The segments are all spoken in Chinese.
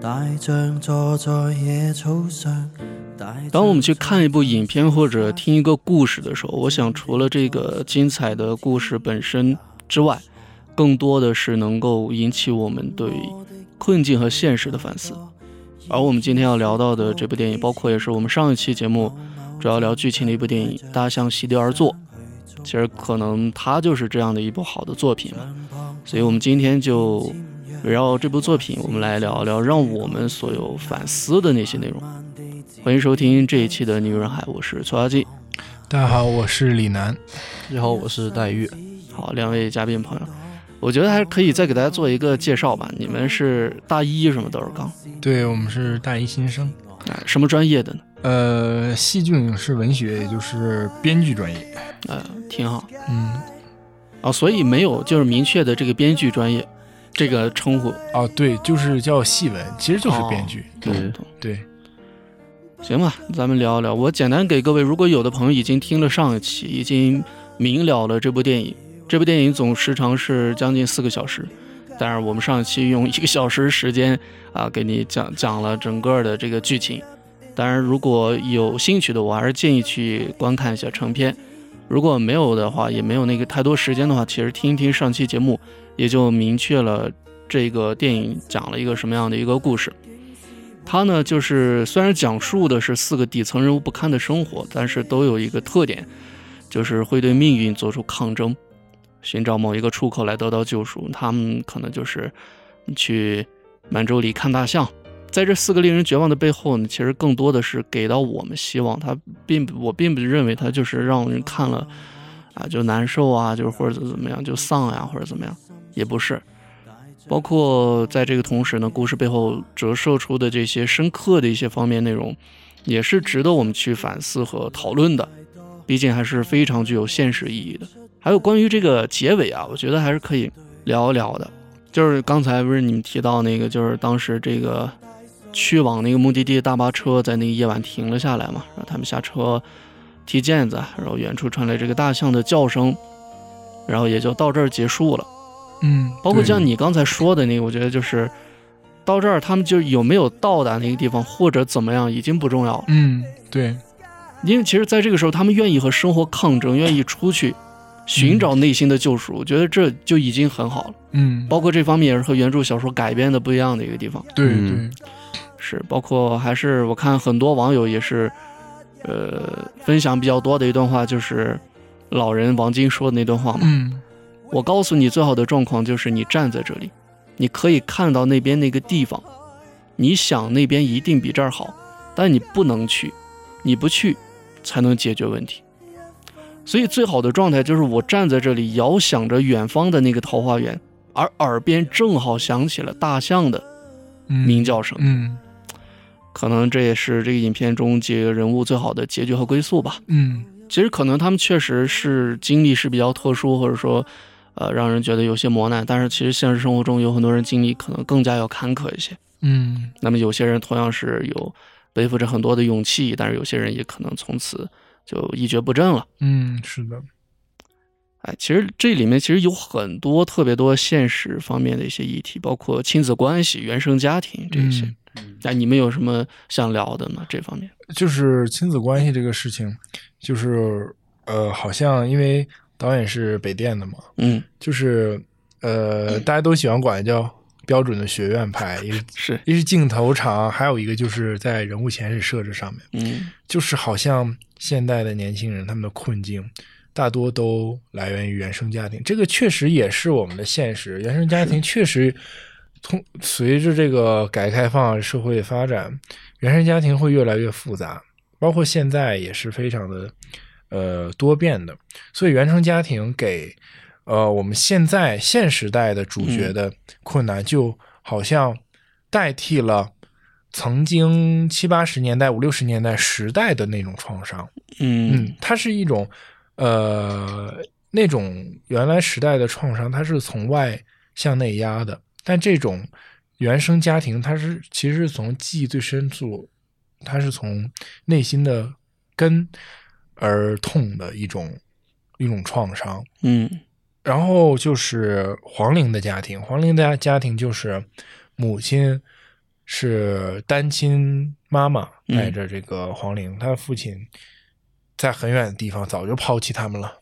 大象坐在野草上。当我们去看一部影片或者听一个故事的时候，我想除了这个精彩的故事本身之外，更多的是能够引起我们对困境和现实的反思。而我们今天要聊到的这部电影，包括也是我们上一期节目主要聊剧情的一部电影《大象席地而坐》，其实可能它就是这样的一部好的作品嘛。所以我们今天就围绕这部作品，我们来聊聊让我们所有反思的那些内容。欢迎收听这一期的《女人海》，我是崔阿金。大家好，我是李楠。你好，我是黛玉。好，两位嘉宾朋友，我觉得还是可以再给大家做一个介绍吧。你们是大一什么都是刚？对，我们是大一新生。哎，什么专业的呢？呃，戏剧影视文学，也就是编剧专业。呃，挺好。嗯。啊，所以没有就是明确的这个编剧专业这个称呼。哦，对，就是叫戏文，其实就是编剧。哦、对对。对行吧，咱们聊一聊。我简单给各位，如果有的朋友已经听了上一期，已经明了了这部电影。这部电影总时长是将近四个小时，但是我们上一期用一个小时时间啊，给你讲讲了整个的这个剧情。当然，如果有兴趣的，我还是建议去观看一下成片。如果没有的话，也没有那个太多时间的话，其实听一听上期节目，也就明确了这个电影讲了一个什么样的一个故事。它呢，就是虽然讲述的是四个底层人物不堪的生活，但是都有一个特点，就是会对命运做出抗争，寻找某一个出口来得到救赎。他们可能就是去满洲里看大象。在这四个令人绝望的背后呢，其实更多的是给到我们希望。它并我并不认为它就是让人看了啊就难受啊，就是或者怎么样就丧呀、啊、或者怎么样，也不是。包括在这个同时呢，故事背后折射出的这些深刻的一些方面内容，也是值得我们去反思和讨论的。毕竟还是非常具有现实意义的。还有关于这个结尾啊，我觉得还是可以聊一聊的。就是刚才不是你们提到那个，就是当时这个去往那个目的地大巴车在那个夜晚停了下来嘛，然后他们下车踢毽子，然后远处传来这个大象的叫声，然后也就到这儿结束了。嗯，包括像你刚才说的那个，我觉得就是到这儿，他们就有没有到达那个地方，或者怎么样，已经不重要了。嗯，对，因为其实，在这个时候，他们愿意和生活抗争，愿意出去寻找内心的救赎，嗯、我觉得这就已经很好了。嗯，包括这方面也是和原著小说改编的不一样的一个地方。对对、嗯，是包括还是我看很多网友也是，呃，分享比较多的一段话，就是老人王晶说的那段话嘛。嗯。我告诉你，最好的状况就是你站在这里，你可以看到那边那个地方，你想那边一定比这儿好，但你不能去，你不去才能解决问题。所以最好的状态就是我站在这里，遥想着远方的那个桃花源，而耳边正好响起了大象的鸣叫声。嗯，嗯可能这也是这个影片中几个人物最好的结局和归宿吧。嗯，其实可能他们确实是经历是比较特殊，或者说。呃，让人觉得有些磨难，但是其实现实生活中有很多人经历可能更加要坎坷一些。嗯，那么有些人同样是有呃背负着很多的勇气，但是有些人也可能从此就一蹶不振了。嗯，是的。哎，其实这里面其实有很多特别多现实方面的一些议题，包括亲子关系、原生家庭这些。那、嗯啊、你们有什么想聊的吗？这方面就是亲子关系这个事情，就是呃，好像因为。导演是北电的嘛，嗯，就是呃，大家都喜欢管叫标准的学院派，一是一是镜头长，还有一个就是在人物前置设置上面，嗯，就是好像现代的年轻人他们的困境大多都来源于原生家庭，这个确实也是我们的现实，原生家庭确实通随着这个改革开放社会发展，原生家庭会越来越复杂，包括现在也是非常的。呃，多变的，所以原生家庭给，呃，我们现在现时代的主角的困难，就好像代替了曾经七八十年代、五六十年代时代的那种创伤。嗯嗯，它是一种呃那种原来时代的创伤，它是从外向内压的，但这种原生家庭，它是其实是从记忆最深处，它是从内心的根。而痛的一种一种创伤，嗯，然后就是黄龄的家庭，黄龄的家庭就是母亲是单亲妈妈嗯带着这个黄龄，她父亲在很远的地方早就抛弃他们了。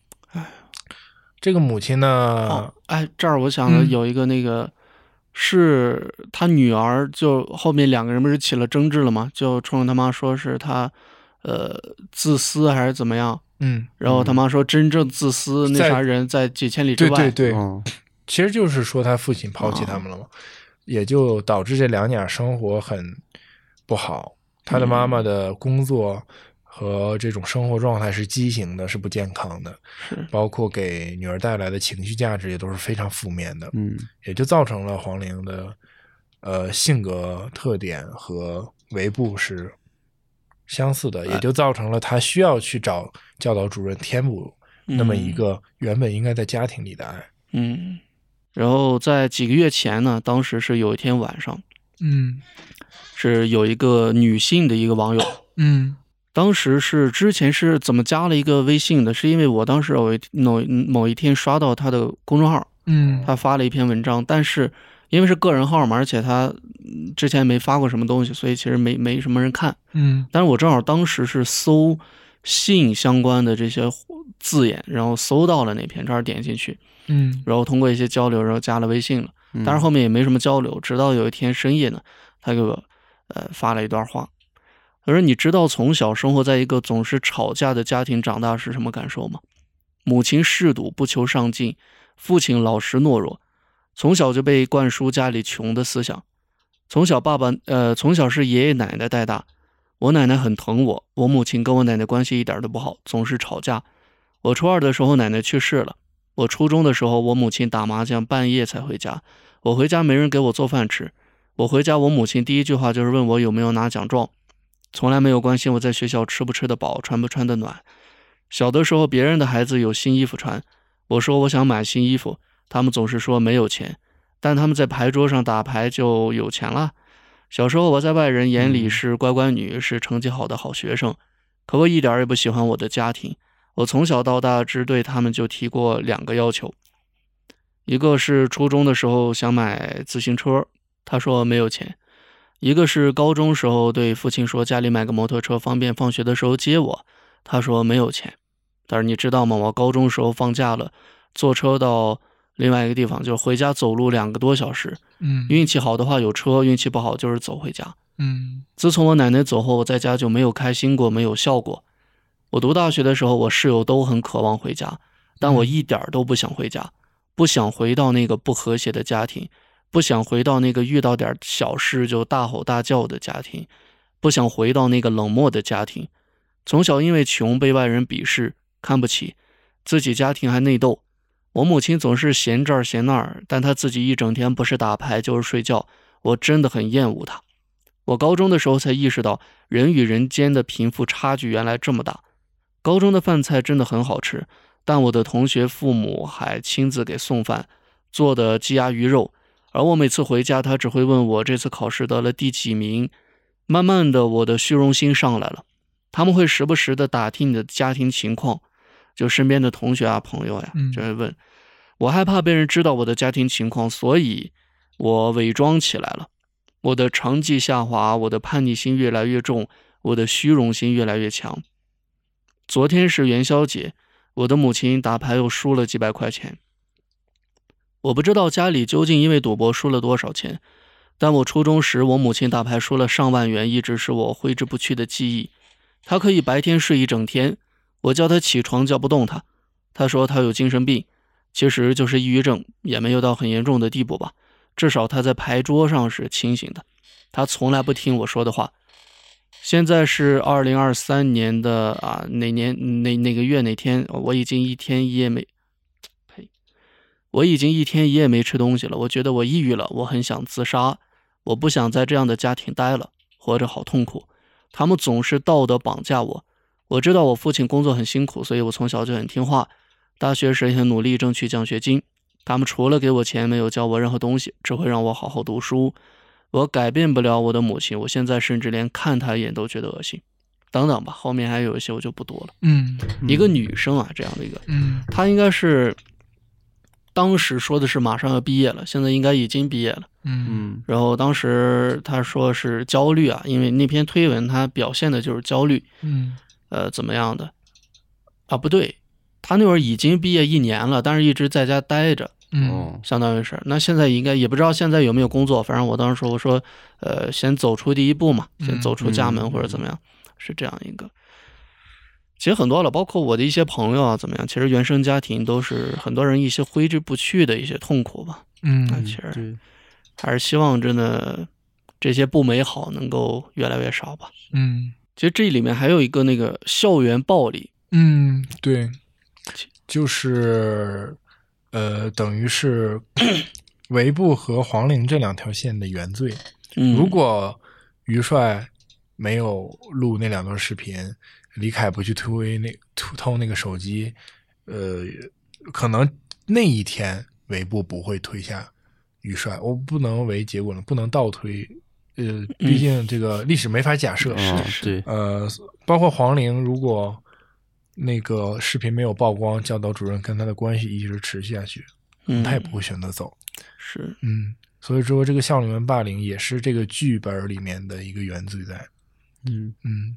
这个母亲呢，哎哦，哎，这儿我想了啊嗯有一个那个，是他女儿就后面两个人不是起了争执了吗？就冲着他妈说是他，呃，自私还是怎么样？嗯，然后他妈说真正自私那在啥人在几千里之对外。哦对对，嗯其实就是说他父亲抛弃他们了嘛，也就导致这两家生活很不好。他的妈嗯妈的工作和这种生活状态是畸形的，是不健康的，是包括给女儿带来的情绪价值也都是非常负面的，嗯也就造成了黄龄的呃性格特点和维布是相似的，也就造成了他需要去找教导主任填补那么一个原本应该在家庭里的爱。嗯。然后在几个月前呢，当时是有一天晚上，嗯是有一个女性的一个网友，嗯。当时是之前是怎么加了一个微信的？是因为我当时有一某某一天刷到他的公众号，嗯他发了一篇文章，但是因为是个人号嘛，而且他嗯之前没发过什么东西，所以其实没没什么人看。嗯但是我正好当时是搜性相关的这些字眼，然后搜到了那篇，正好点进去，嗯然后通过一些交流，然后加了微信了。嗯，但是后面也没什么交流，直到有一天深夜呢，他给我呃发了一段话，他说：“你知道从小生活在一个总是吵架的家庭长大是什么感受吗？母亲嗜赌不求上进，父亲老实懦弱，从小就被灌输家里穷的思想。从小爸爸呃，从小是爷爷奶奶带大，我奶奶很疼我，我母亲跟我奶奶关系一点都不好，总是吵架。我初二的时候奶奶去世了，我初中的时候我母亲打麻将半夜才回家，我回家没人给我做饭吃。我回家，我母亲第一句话就是问我有没有拿奖状，从来没有关心我在学校吃不吃得饱，穿不穿得暖。小的时候，别人的孩子有新衣服穿，我说我想买新衣服，他们总是说没有钱，但他们在牌桌上打牌就有钱啦。小时候我在外人眼里是乖乖女，是成绩好的好学生，可我一点儿也不喜欢我的家庭。我从小到大只对他们就提过两个要求，一个是初中的时候想买自行车，他说没有钱；一个是高中时候对父亲说家里买个摩托车方便放学的时候接我，他说没有钱。但是你知道吗？我高中时候放假了，坐车到另外一个地方，就回家走路两个多小时。嗯运气好的话有车，运气不好就是走回家。嗯自从我奶奶走后，我在家就没有开心过，没有笑过。我读大学的时候，我室友都很渴望回家，但我一点儿都不想回家，不想回到那个不和谐的家庭，不想回到那个遇到点小事就大吼大叫的家庭，不想回到那个冷漠的家庭。从小因为穷被外人鄙视、看不起，自己家庭还内斗。我母亲总是嫌这儿嫌那儿，但她自己一整天不是打牌就是睡觉，我真的很厌恶她。我高中的时候才意识到，人与人间的贫富差距原来这么大。高中的饭菜真的很好吃，但我的同学父母还亲自给送饭，做的鸡鸭鱼肉。而我每次回家，他只会问我这次考试得了第几名。慢慢的，我的虚荣心上来了，他们会时不时的打听你的家庭情况，就身边的同学啊、朋友呀、嗯就会问。我害怕被人知道我的家庭情况，所以我伪装起来了。我的成绩下滑，我的叛逆心越来越重，我的虚荣心越来越强。昨天是元宵节，我的母亲打牌又输了几百块钱。我不知道家里究竟因为赌博输了多少钱，但我初中时我母亲打牌输了上万元，一直是我挥之不去的记忆。她可以白天睡一整天，我叫她起床叫不动她，她说她有精神病，其实就是抑郁症，也没有到很严重的地步吧。至少他在牌桌上是清醒的，他从来不听我说的话。现在是二零二三年的啊哪年哪哪个月哪天，我已经一天一夜没，呸，我已经一天一夜没吃东西了。我觉得我抑郁了，我很想自杀，我不想在这样的家庭待了，活着好痛苦。他们总是道德绑架我。我知道我父亲工作很辛苦，所以我从小就很听话，大学时也很努力争取奖学金。他们除了给我钱，没有教我任何东西，只会让我好好读书。我改变不了我的母亲，我现在甚至连看她一眼都觉得恶心。等等吧，后面还有一些我就不读了。嗯嗯一个女生啊，这样的一个，嗯她应该是当时说的是马上要毕业了，现在应该已经毕业了。嗯嗯然后当时他说是焦虑啊，因为那篇推文他表现的就是焦虑，嗯呃，怎么样的啊？不对，他那会儿已经毕业一年了，但是一直在家待着，嗯哦相当于是。那现在应该也不知道现在有没有工作，反正我当时说我说，呃，先走出第一步嘛，先嗯走出家门嗯或者怎么样，是这样一个。其实很多了，包括我的一些朋友啊，怎么样？其实原生家庭都是很多人一些挥之不去的一些痛苦吧。那嗯其实对，还是希望真的这些不美好能够越来越少吧。嗯其实这里面还有一个那个校园暴力，嗯，对，就是呃，等于是 维布和黄陵这两条线的原罪。嗯，如果于帅没有录那两段视频，李凯不去推那偷偷那个手机，呃，可能那一天维布不会推下于帅。我不能为结果论，不能倒推，呃，嗯毕竟这个历史没法假设。啊对，呃，包括黄龄，如果那个视频没有曝光，教导主任跟他的关系一直持续下去，嗯他也不会选择走。是嗯，所以说这个校园霸凌也是这个剧本里面的一个原罪在。嗯嗯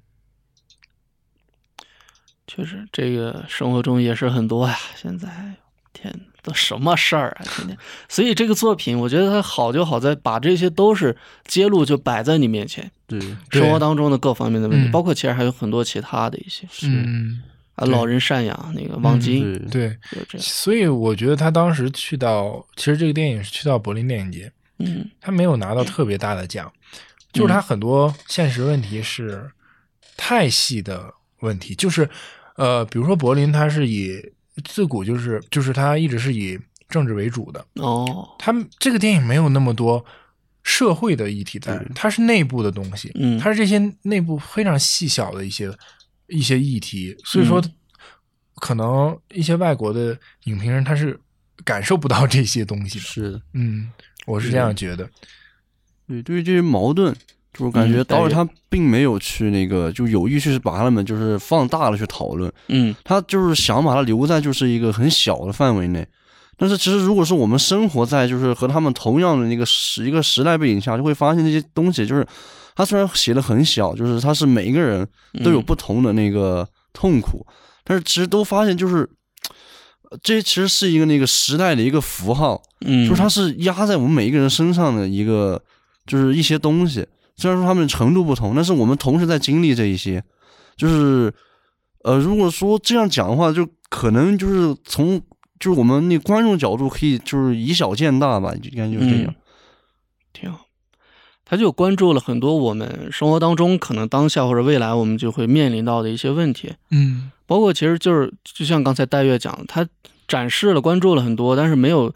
确实，这个生活中也是很多呀、现在，天，都什么事儿啊，天天。所以这个作品，我觉得它好就好在把这些都是揭露，就摆在你面前，对，对生活当中的各方面的问题，嗯包括其实还有很多其他的一些是，啊，对老人赡养那个汪金，嗯对，嗯对，就这样，所以我觉得他当时去到，其实这个电影是去到柏林电影节，嗯他没有拿到特别大的奖，就是嗯他很多现实问题是太细的问题，就是呃，比如说柏林，它是以自古就是就是它一直是以政治为主的，哦，他们这个电影没有那么多社会的议题在对，它是内部的东西，嗯它是这些内部非常细小的一些一些议题，所以说、可能一些外国的影评人他是感受不到这些东西的。是的，嗯，我是这样觉得。对，对于这些矛盾，就是我感觉嗯导演对他并没有去那个，就有意去把他们就是放大了去讨论，嗯他就是想把它留在就是一个很小的范围内。但是其实如果是我们生活在就是和他们同样的那个时一个时代背景下，就会发现这些东西就是，他虽然写的很小，就是他是每一个人都嗯有不同的那个痛苦，但是其实都发现就是。呃这其实是一个那个时代的一个符号，嗯，就是它是压在我们每一个人身上的一个，就是一些东西。虽然说他们程度不同，但是我们同时在经历这一些。就是，呃，如果说这样讲的话，就可能就是从就是我们那观众角度可以就是以小见大吧，应该就是嗯这样。挺好。他就关注了很多我们生活当中可能当下或者未来我们就会面临到的一些问题，嗯包括其实就是就像刚才戴月讲的，他展示了关注了很多，但是没有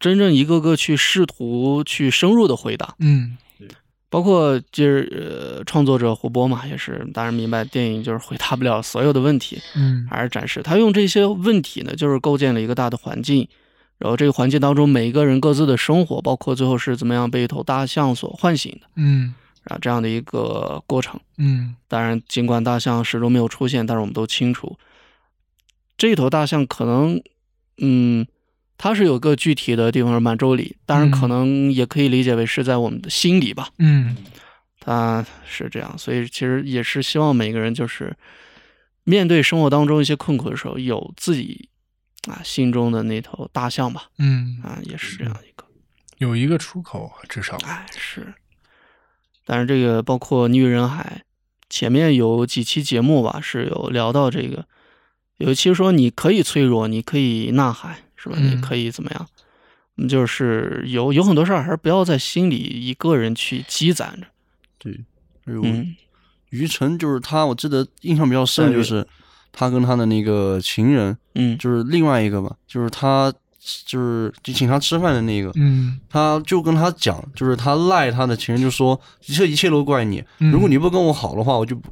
真正一个个去试图去深入的回答。嗯包括就是呃，创作者胡波嘛，也是当然明白电影就是回答不了所有的问题，嗯还是展示他用这些问题呢，就是构建了一个大的环境，然后这个环境当中每一个人各自的生活，包括最后是怎么样被一头大象所唤醒的，嗯啊，这样的一个过程。嗯当然，尽管大象始终没有出现，但是我们都清楚，这头大象可能，嗯，它是有个具体的地方是满洲里，当然嗯可能也可以理解为是在我们的心里吧，嗯它是这样，所以其实也是希望每个人就是面对生活当中一些困苦的时候，有自己啊心中的那头大象吧，嗯，啊，也是这样一个。有一个出口啊至少。哎，是。但是这个包括《女人海》，前面有几期节目吧，是有聊到这个，有一期说你可以脆弱，你可以呐喊，是吧？嗯你可以怎么样？嗯就是有有很多事儿，还是不要在心里一个人去积攒着。对，哎呦，嗯于晨就是他，我记得印象比较深对就是他跟他的那个情人，嗯就是另外一个嘛，就是他就是就请他吃饭的那个，嗯他就跟他讲，就是他赖他的情人，就说一切一切都怪你。嗯如果你不跟我好的话，我就不；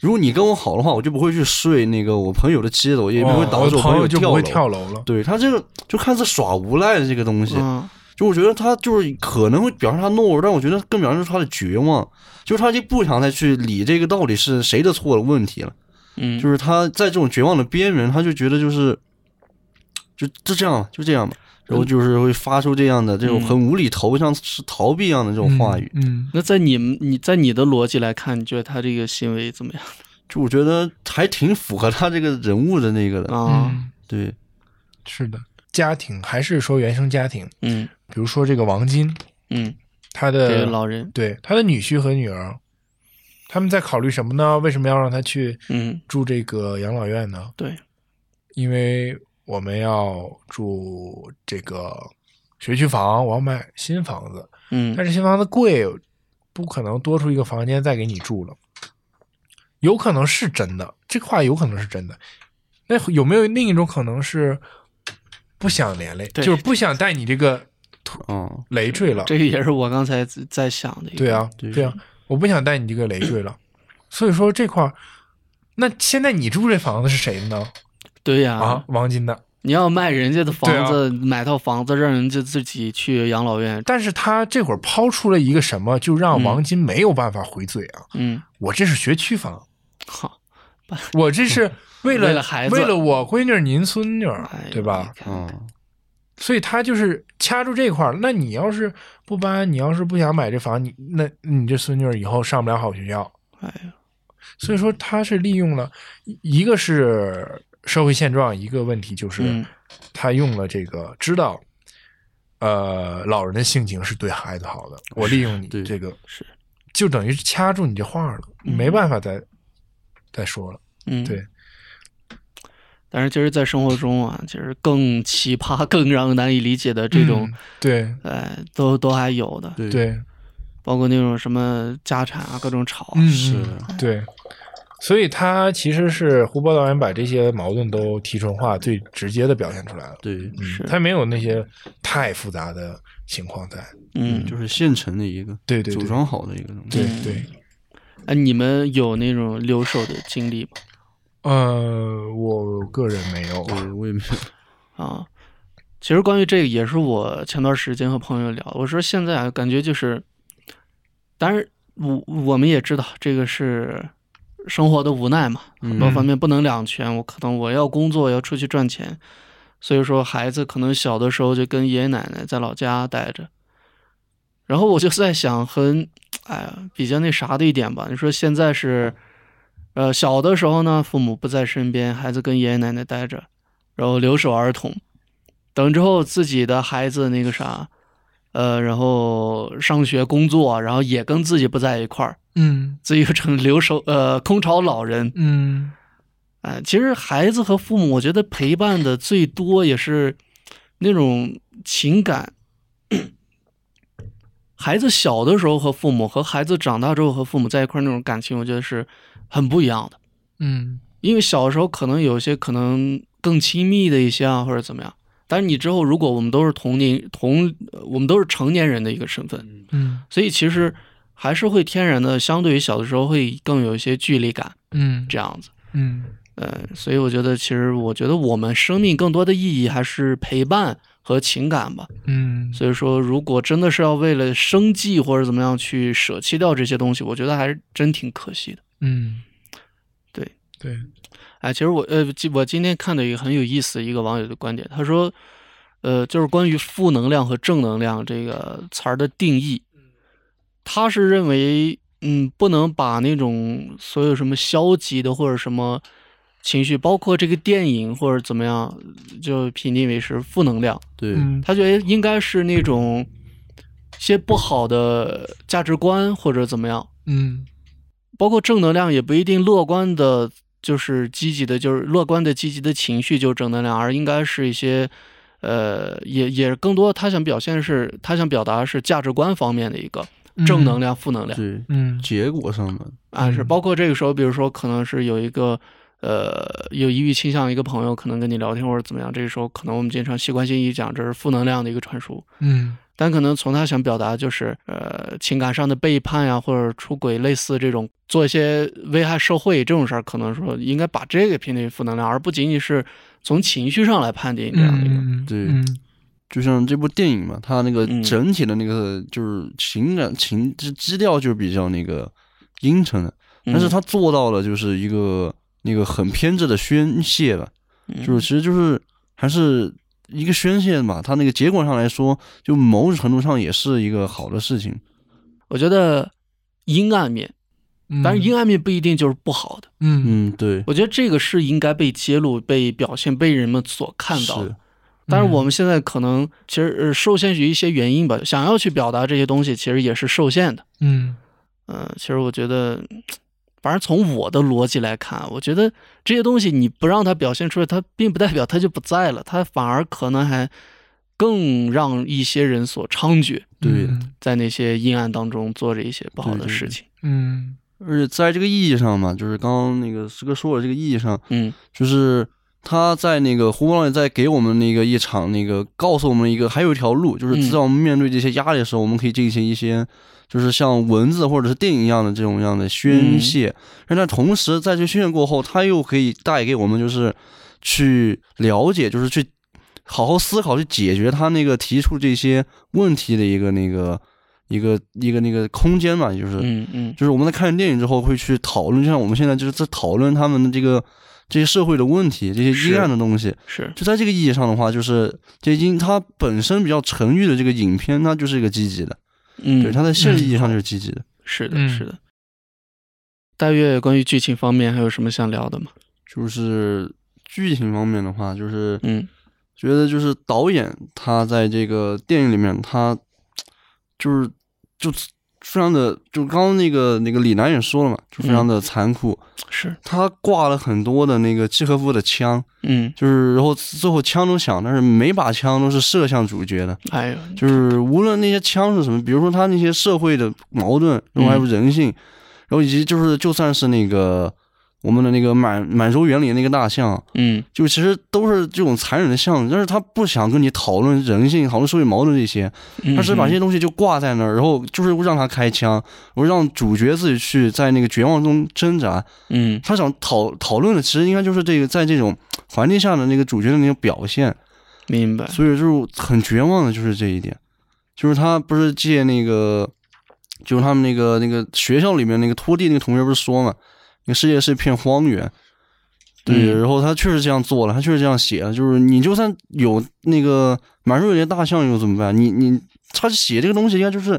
如果你跟我好的话，我就不会去睡那个我朋友的妻子，我也不会哦导致我我朋友就跳不会楼。跳楼了。对他这个就看似耍无赖的这个东西，嗯啊就我觉得他就是可能会表现他懦弱，但我觉得更表现出他的绝望，就是他就不想再去理这个到底是谁的错的问题了。嗯，就是他在这种绝望的边缘，他就觉得就是就就这样，就这样吧。嗯然后就是会发出这样的这种很无厘头，像是逃避一样的这种话语。嗯，那在你们你在你的逻辑来看，你觉得他这个行为怎么样就我觉得还挺符合他这个人物的那个的。嗯啊？嗯对，是的，家庭还是说原生家庭，嗯比如说这个王晶，嗯，他给的老人，对他的女婿和女儿，他们在考虑什么呢？为什么要让他去嗯，住这个养老院呢？对，因为我们要住这个学区房，我要买新房子，嗯但是新房子贵，不可能多出一个房间再给你住了。有可能是真的，这个话有可能是真的。那有没有另一种可能是不想连累，对就是不想带你这个嗯，累赘了？这个也是我刚才在在想的一个。对，啊，对对啊，我不想带你这个累赘了。所以说这块儿，那现在你住这房子是谁的呢？对呀、啊，王金的。你要卖人家的对房啊子，买套房子，让人家自己去养老院。但是他这会儿抛出了一个什么，就让王金没有办法回嘴啊！嗯，我这是学区房，好，我这是为嗯了为了孩子为了我闺女儿您孙女儿哎呦，啊对吧？？你看嗯，所以他就是掐住这块儿。那你要是不搬，你要是不想买这房，你那你这孙女儿以后上不了好学校。哎呀，所以说他是利用了一一个是社会现状，一个问题就是嗯他用了这个知道，呃，老人的性情是对孩子好的，我利用你对这个是，就等于是掐住你这话了，嗯没办法再再说了。嗯，对。但是，其实，在生活中啊，其实更奇葩、 更让人难以理解的这种嗯，对哎，都都还有的，对，对，包括那种什么家产啊，各种吵啊。嗯，是嗯对。所以他其实是胡波导演把这些矛盾都提纯化，最直接的表现出来了。对，嗯是他没有那些太复杂的情况在。嗯，就是现成的一个，对对对组装好的一个东西。对嗯对，哎，你们有那种留守的经历吗？呃，我个人没有。对，我也没有。啊，其实关于这个也是我前段时间和朋友聊，我说现在啊，感觉就是，当然我我们也知道这个是生活的无奈嘛，很多嗯方面不能两全，我可能我要工作要出去赚钱，所以说孩子可能小的时候就跟爷爷奶奶在老家待着，然后我就在想很，哎呀，比较那啥的一点吧，你说现在是。呃，小的时候呢，父母不在身边，孩子跟爷爷奶奶待着，然后留守儿童，等之后自己的孩子那个啥，呃，然后上学工作，然后也跟自己不在一块儿，嗯自己又成留守呃空巢老人。嗯，哎、其实孩子和父母，我觉得陪伴的最多也是那种情感。孩子小的时候和父母，和孩子长大之后和父母在一块儿那种感情，我觉得是很不一样的。嗯因为小时候可能有些可能更亲密的一些啊，或者怎么样。但是你之后，如果我们都是同龄同，呃我们都是成年人的一个身份，嗯所以其实还是会天然的，相对于小的时候会更有一些距离感嗯这样子。嗯呃，所以我觉得，其实我觉得我们生命更多的意义还是陪伴和情感吧。嗯，所以说，如果真的是要为了生计或者怎么样去舍弃掉这些东西，我觉得还是真挺可惜的。嗯，对对，哎，其实我呃，今我今天看到一个很有意思的一个网友的观点，他说，呃，就是关于负能量和正能量这个词儿的定义，他是认为，嗯，不能把那种所有什么消极的或者什么情绪，包括这个电影或者怎么样，就评定为是负能量。对，嗯他觉得应该是那种一些不好的价值观或者怎么样，嗯包括正能量也不一定乐观的，就是积极的，就是乐观的积极的情绪就是正能量，而应该是一些，呃，也也更多他想表现是他想表达是价值观方面的一个正能，量、负能量对，嗯结果上面，啊，是嗯包括这个时候，比如说可能是有一个。呃，有抑郁倾向的一个朋友可能跟你聊天或者怎么样，这个时候可能我们经常习惯性一讲这是负能量的一个传输，嗯但可能从他想表达就是呃情感上的背叛呀、或者出轨，类似这种做一些危害社会这种事儿，可能说应该把这个评定为负能量，而不仅仅是从情绪上来判定这样的一个。嗯，对嗯就像这部电影嘛，它那个嗯整体的那个就是情感情这基调就比较那个阴沉的，嗯但是他做到了就是一个那个很偏执的宣泄吧，嗯就是其实就是还是一个宣泄嘛，它那个结果上来说，就某种程度上也是一个好的事情。我觉得阴暗面，当然阴暗面不一定就是不好的。嗯嗯，对，我觉得这个是应该被揭露、被表现、被人们所看到的是。嗯但是我们现在可能其实、呃、受限于一些原因吧，想要去表达这些东西，其实也是受限的。嗯嗯、其实我觉得，反正从我的逻辑来看，我觉得这些东西你不让它表现出来，它并不代表它就不在了，它反而可能还更让一些人所猖獗，对的嗯在那些阴暗当中做着一些不好对的对事对情。嗯而且在这个意义上嘛，就是刚刚那个师哥说的这个意义上，嗯就是他在那个胡波浪在给我们那个一场那个告诉我们一个还有一条路，就是在我们面对这些压力的时候，我们可以进行一些就是像文字或者是电影一样的这种样的宣泄，但但同时在这宣泄过后，他又可以带给我们就是去了解，就是去好好思考去解决他那个提出这些问题的一个那个一个一个那个空间嘛，就是嗯嗯就是我们在看电影之后会去讨论，就像我们现在就是在讨论他们的这个这些社会的问题，这些是阴暗的东西。是就在这个意义上的话，就是这因它本身比较沉郁的这个影片，它就是一个积极的，嗯对，它在现实意义上就是积极的。是的嗯是的。大月关于剧情方面还有什么想聊的吗？就是剧情方面的话，就是嗯觉得就是导演他在这个电影里面，他就是就非常的，就刚刚那个那个李楠也说了嘛，就非常的残酷，是他挂了很多的那个契诃夫的枪。嗯就是然后最后枪都响，但是每把枪都是射向主角的，哎呦就是无论那些枪是什么，比如说他那些社会的矛盾，然后还有人性，然后以及就是就算是那个我们的那个满满洲园里那个大象，嗯就其实都是这种残忍的象，但是他不想跟你讨论人性、讨论社会矛盾这些，嗯他只是把这些东西就挂在那儿，然后就是让他开枪，然后让主角自己去在那个绝望中挣扎，嗯他想讨讨论的其实应该就是这个在这种环境下的那个主角的那种表现，明白所以就是很绝望的就是这一点，就是他不是借那个，就是他们那个那个学校里面那个拖地那个同学不是说嘛，那个世界是一片荒原。对，嗯然后他确实这样做了，他确实这样写了。就是你就算有那个满树的大象又怎么办？你你他写这个东西应该就是，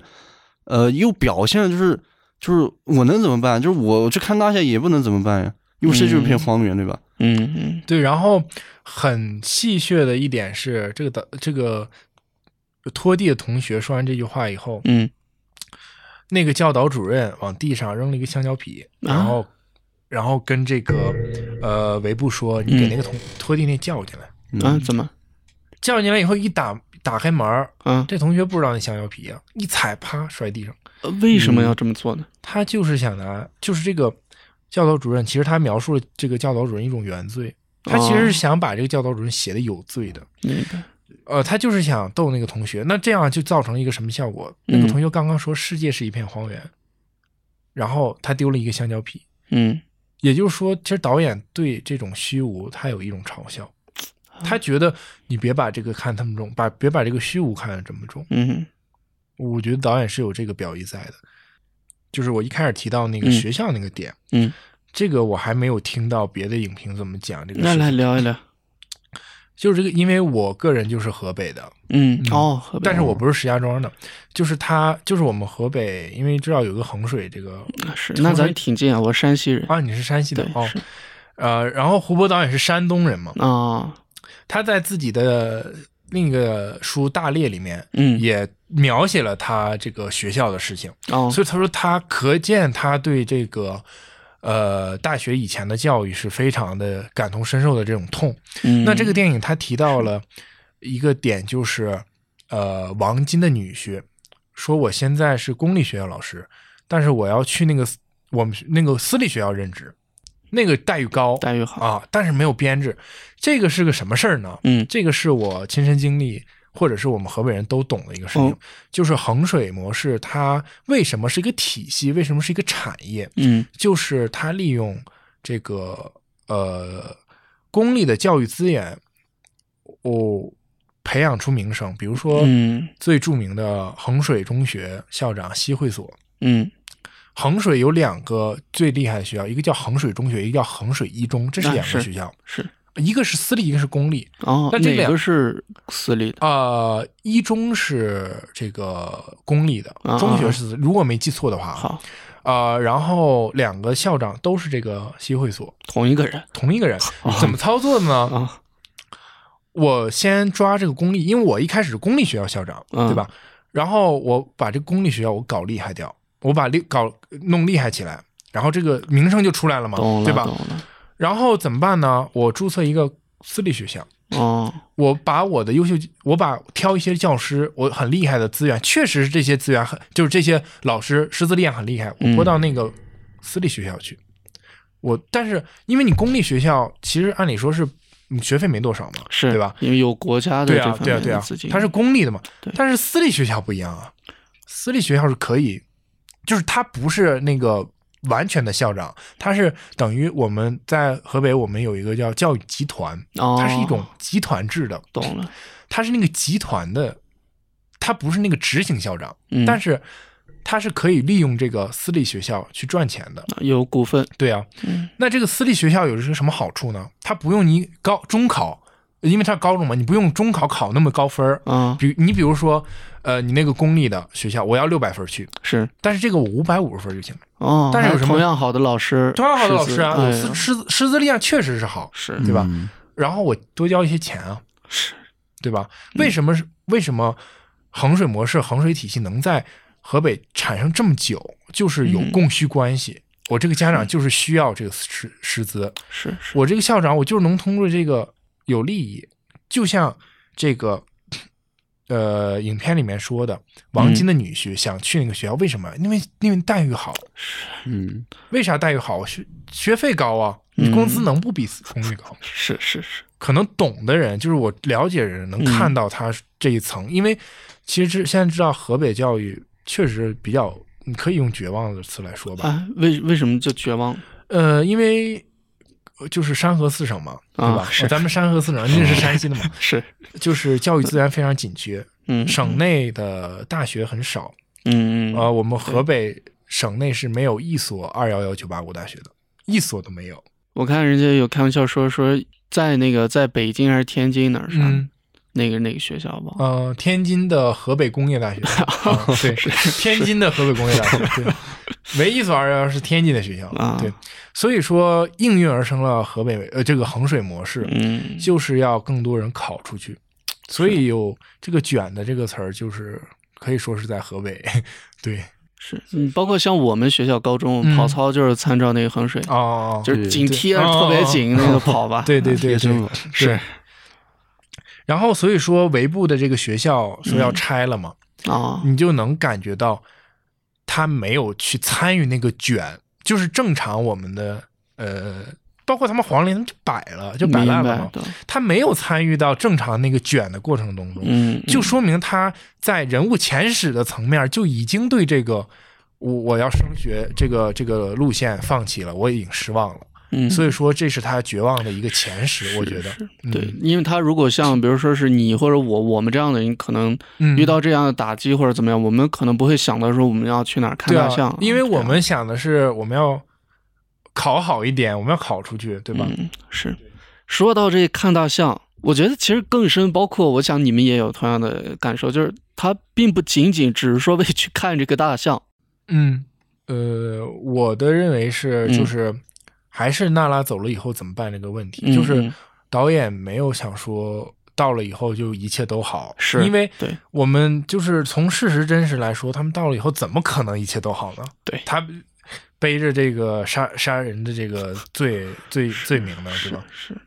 呃，又表现的就是就是我能怎么办？就是我去看大象也不能怎么办呀，又是就是片荒原，对吧？嗯嗯对，然后很戏谑的一点是，这个的这个拖地的同学说完这句话以后，嗯那个教导主任往地上扔了一个香蕉皮，然后、然后跟这个呃维布说：“你给那个同、拖地那叫进来。嗯啊怎么”叫进来以后一打打开门儿，啊这同学不知道那香蕉皮啊，一踩啪摔地上。呃为什么要这么做呢？他就是想拿，就是这个教导主任，其实他描述了这个教导主任一种原罪，他其实是想把这个教导主任写的有罪的。明白呃，他就是想逗那个同学，那这样就造成了一个什么效果？那个同学刚刚说世界是一片荒原，然后他丢了一个香蕉皮，嗯也就是说，其实导演对这种虚无他有一种嘲笑，嗯他觉得你别把这个看这么重，把别把这个虚无看得这么重。嗯我觉得导演是有这个表意在的，就是我一开始提到那个嗯学校那个点，嗯，这个我还没有听到别的影评怎么讲这个那事来情，聊一聊就是这个，因为我个人就是河北的，嗯嗯哦河北但是我不是石家庄的，就是他，就是我们河北，因为知道有个衡水这个啊是那咱挺近啊，我山西人啊，你是山西的对哦是，呃，然后胡波导演是山东人嘛，啊他在自己的另一个书《大猎》里面嗯也描写了他这个学校的事情，哦所以他说他可见他对这个。呃，大学以前的教育是非常的感同身受的这种痛。嗯那这个电影他提到了一个点，就是呃，王晶的女婿说我现在是公立学校老师，但是我要去那个私我们那个私立学校任职，那个待遇高待遇好啊，但是没有编制，这个是个什么事儿呢？嗯这个是我亲身经历，或者是我们河北人都懂的一个事情，哦就是衡水模式，它为什么是一个体系，为什么是一个产业？嗯就是他利用这个呃公立的教育资源，哦，培养出名声。比如说嗯最著名的衡水中学校长西会所，嗯衡水有两个最厉害的学校，一个叫衡水中学，一个叫衡水一中，这是啊两个是学校。是一个是私立，一个是公立。哦，那这哪两个是私立的？啊，一中是这个公立的啊，中学是如果没记错的话，好，啊，然后两个校长都是这个西会所同一个人同一个人，怎么操作的呢？啊，我先抓这个公立，因为我一开始是公立学校校长，嗯对吧？然后我把这个公立学校我搞厉害掉，我把厉搞弄厉害起来，然后这个名声就出来了嘛懂，了，啊对吧懂？了。然后怎么办呢？我注册一个私立学校，哦，我把我的优秀，我把挑一些教师，我很厉害的资源，确实是这些资源很，就是这些老师师资力量很厉害，我拨嗯到那个私立学校去。我但是因为你公立学校，其实按理说是你学费没多少嘛，是对吧？？因为有国家的对这啊方，对面啊，对的啊资金，，它是公立的嘛对。但是私立学校不一样啊，私立学校是可以，就是它不是那个完全的校长，它是等于我们在河北，我们有一个叫教育集团，哦，它是一种集团制的，懂了，它是那个集团的，它不是那个执行校长，嗯，但是它是可以利用这个私立学校去赚钱的。有股份，对啊，嗯那这个私立学校有一个什么好处呢？它不用你高中考，因为它是高中嘛，你不用中考考那么高分儿。啊，比你比如说，呃，你那个公立的学校，我要六百分儿去，是但是这个我五百五十分儿就行了。哦，但是还有什么同样好的老师，同样好的老师啊，师资哎我呀师师资师资力量确实是好，是对吧？嗯然后我多交一些钱啊，是，嗯对吧？为什么是、为什么衡水模式、衡水体系能在河北产生这么久？就是有嗯供需关系。我这个家长就是需要这个师师资，是是，我这个校长我就是能通过这个有利益，就像这个呃影片里面说的，王晶的女嗯婿想去那个学校，为什么？因为因为待遇好，嗯，为啥待遇好？学学费高啊，嗯你工资能不比公立高吗？是是是，可能懂的人，就是我了解的人，能嗯看到他这一层。因为其实知现在知道河北教育确实比较，你可以用绝望的词来说吧。哎，为为什么就绝望？呃，因为呃就是山河四省嘛，对啊吧？是呃咱们山河四省，那是山西的 嘛，是，就是教育资源非常紧缺，嗯，省内的大学很少。嗯，嗯呃，嗯，我们河北省内是没有一所二幺幺九八五大学的，一所都没有。我看人家有开玩笑说说在那个在北京还是天津哪儿上、嗯，那个那个学校吧，呃，天津的河北工业大 学，啊、对，天津的河北工业大学，对，唯一所二幺幺是天津的学校，啊对，所以说应运而生了河北呃这个衡水模式，嗯，就是要更多人考出去，所以有这个“卷”的这个词儿，就是可以说是在河北， 对，是，嗯，包括像我们学校高中、嗯跑操就是参照那个衡水，哦，啊就是紧贴对着特别紧哦那个跑吧，对对对贴身对，了，是然后所以说围部的这个学校说嗯要拆了嘛，啊，你就能感觉到他没有去参与那个卷，就是正常我们的呃，包括他们黄连他们就摆了，就摆明烂了白嘛，的，他没有参与到正常那个卷的过程当中，嗯，就嗯说明他在人物前史的层面就已经对这个我我要升学这个这个路线放弃了，我已经失望了，嗯，所以说这是他绝望的一个前史，我是觉得是，嗯对，因为他如果像比如说是你或者我，我们这样的人，可能嗯遇到这样的打击或者怎么样，我们可能不会想到说我们要去哪儿看对大啊，象，因为我这样们想的是我们要考好一点，我们要考出去，对吧？嗯，是。说到这看大象，我觉得其实更深，包括我想你们也有同样的感受，就是它并不仅仅只是说为去看这个大象，嗯，呃，我的认为是嗯就是还是娜拉走了以后怎么办这个问题，嗯就是嗯导演没有想说。到了以后就一切都好，是因为对我们就是从事实真实来说，他们到了以后怎么可能一切都好呢？对他背着这个杀杀人的这个罪罪罪名呢，对是啊吧？是，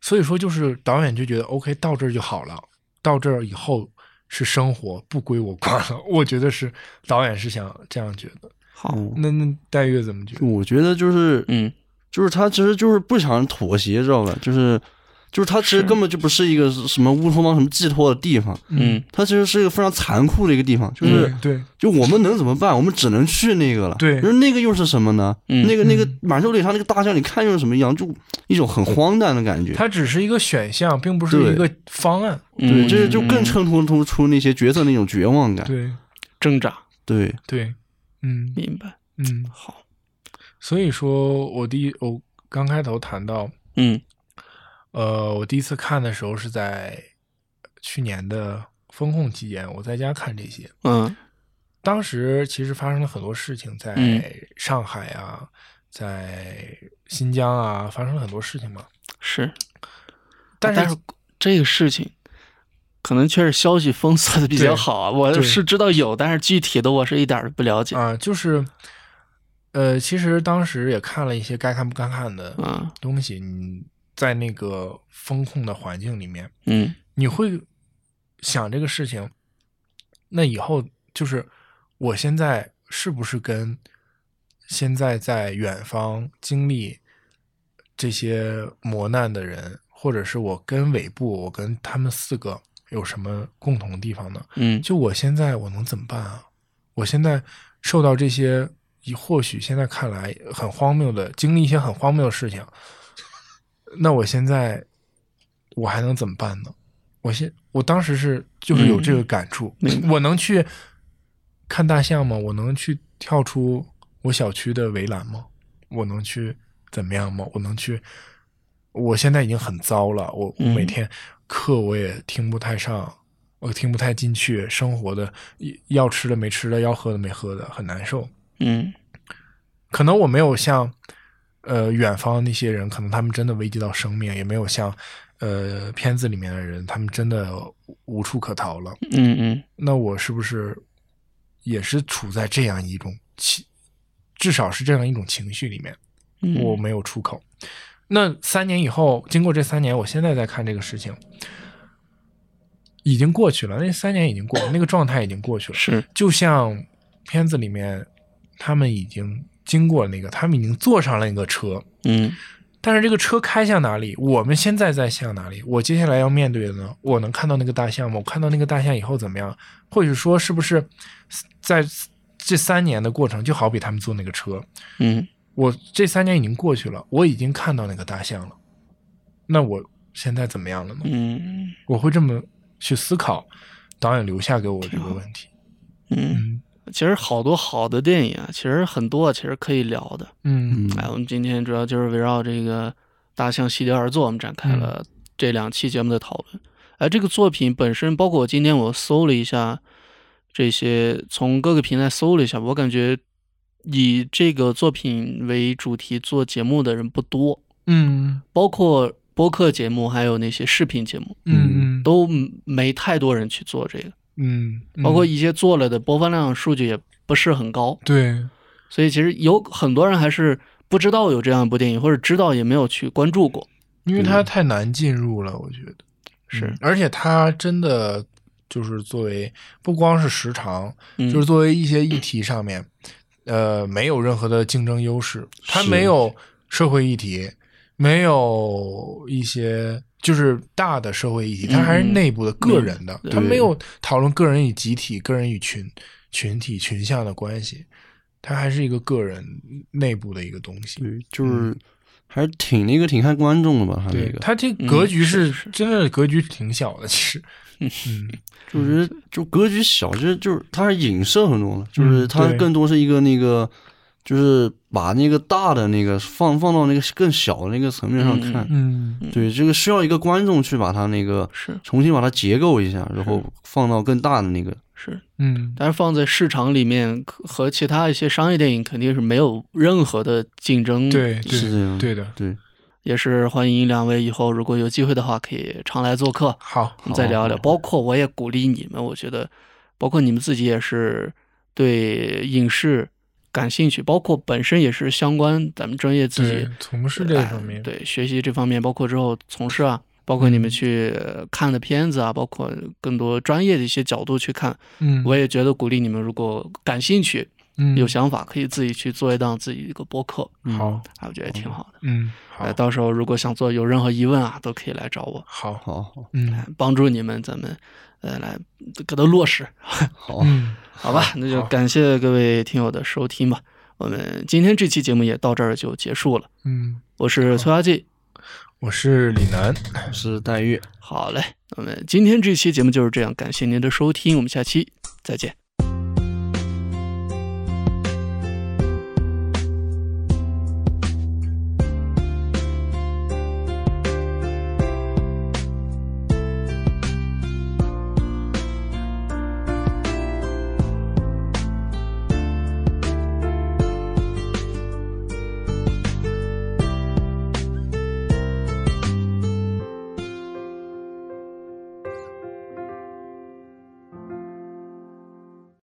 所以说，就是导演就觉得 OK，到这儿就好了，到这儿以后是生活不归我管了。 我觉得是导演是想这样觉得。好，那那戴月怎么觉得？我觉得就是嗯，就是他其实就是不想妥协，知道吧？就是就是他其实根本就不是一个什么乌托邦什么寄托的地方，嗯，他其实是一个非常残酷的一个地方，就是。嗯，对就我们能怎么办？我们只能去那个了。对就是那个又是什么呢？嗯那个那个嗯满洲里他那个大象，你看又是什么样？就一种很荒诞的感觉。它只是一个选项，并不是对一个方案。对，嗯这就更嗯衬托突出那些角色那种绝望感。对挣扎，对，对，嗯明白，嗯。好，所以说我第一，我刚开头谈到，嗯呃，我第一次看的时候是在去年的风控期间，我在家看这些。嗯当时其实发生了很多事情，在嗯上海啊，在新疆啊，发生了很多事情嘛。是，但啊是这个事情。可能确实消息封锁的比较对好啊，我对是知道有，但是具体的我是一点儿都不了解。啊、就是，呃，其实当时也看了一些该看不该看的嗯东西。你在那个风控的环境里面，嗯你会想这个事情，那以后就是我现在是不是跟现在在远方经历这些磨难的人，或者是我跟尾部，我跟他们四个有什么共同的地方呢？嗯就我现在我能怎么办啊？我现在受到这些，以或许现在看来很荒谬的，经历一些很荒谬的事情，那我现在我还能怎么办呢？我现我当时是就是有这个感触，嗯明我能去看大象吗？我能去跳出我小区的围栏吗？我能去怎么样吗？我能去？我现在已经很糟了，我我嗯每天课我也听不太上，我听不太进去，生活的要吃的没吃的，要喝的没喝的，很难受。嗯可能我没有像呃远方那些人，可能他们真的危及到生命，也没有像呃片子里面的人，他们真的无处可逃了。嗯嗯，那我是不是也是处在这样一种情，至少是这样一种情绪里面？嗯我没有出口。那三年以后，经过这三年，我现在在看这个事情，已经过去了。那三年已经过了，那个状态已经过去了。是就像片子里面，他们已经经过了那个，他们已经坐上了那个车，嗯但是这个车开向哪里，我们现在在向哪里？我接下来要面对的呢？我能看到那个大象吗？我看到那个大象以后怎么样？或者说，是不是在这三年的过程，就好比他们坐那个车，嗯我这三年已经过去了，我已经看到那个大象了，那我现在怎么样了呢？嗯我会这么去思考导演留下给我这个问题。嗯，嗯其实好多好的电影啊，其实很多啊，其实可以聊的。嗯嗯哎，我们今天主要就是围绕这个《大象席地而坐》，我们展开了这两期节目的讨论。哎，这个作品本身，包括我今天我搜了一下这些，从各个平台搜了一下，我感觉以这个作品为主题做节目的人不多，嗯包括播客节目，还有那些视频节目，嗯嗯都没太多人去做这个。嗯，嗯包括一些做了的播放量数据也不是很高，对所以其实有很多人还是不知道有这样一部电影，或者知道也没有去关注过。因为它太难进入了，我觉得是嗯而且它真的就是作为不光是时长，嗯就是作为一些议题上面，呃，没有任何的竞争优势，它是没有社会议题，没有一些就是大的社会议题，它还是嗯内部的个人的，对它没有讨论个人与集体、个人与群、群体、群像的关系，它还是一个个人内部的一个东西。对，就是还是挺那个挺看观众的吧，他那对，个，它这格局嗯是是是真的格局挺小的，其实，嗯，就觉得就格局小，其实就是它是影射很多的，就是嗯它对更多是一个那个，就是把那个大的那个放放到那个更小的那个层面上嗯看，嗯对，这个需要一个观众去把它那个是重新把它结构一下，然后放到更大的那个，是，嗯，但是放在市场里面可和其他一些商业电影肯定是没有任何的竞争。对是这样对对的，对，也是欢迎两位以后如果有机会的话，可以常来做客，好，我们再聊一聊。好包括我也鼓励你们，我觉得，包括你们自己也是对影视感兴趣，包括本身也是相关咱们专业自己对，从事这哎方面，对学习这方面，包括之后从事啊，包括你们嗯去呃看的片子啊，包括更多专业的一些角度去看，嗯，我也觉得鼓励你们，如果感兴趣、嗯有想法，可以自己去做一档自己一个播客，好，啊，我觉得也挺好的。嗯，哎，好，到时候如果想做有任何疑问啊，都可以来找我，好，好好嗯，帮助你们，咱们呃来给它落实，好，嗯，好吧？那就感谢各位听友的收听吧。我们今天这期节目也到这儿就结束了，嗯，我是崔佳记。我是李楠，我是戴月。好嘞，那么今天这期节目就是这样，感谢您的收听，我们下期再见。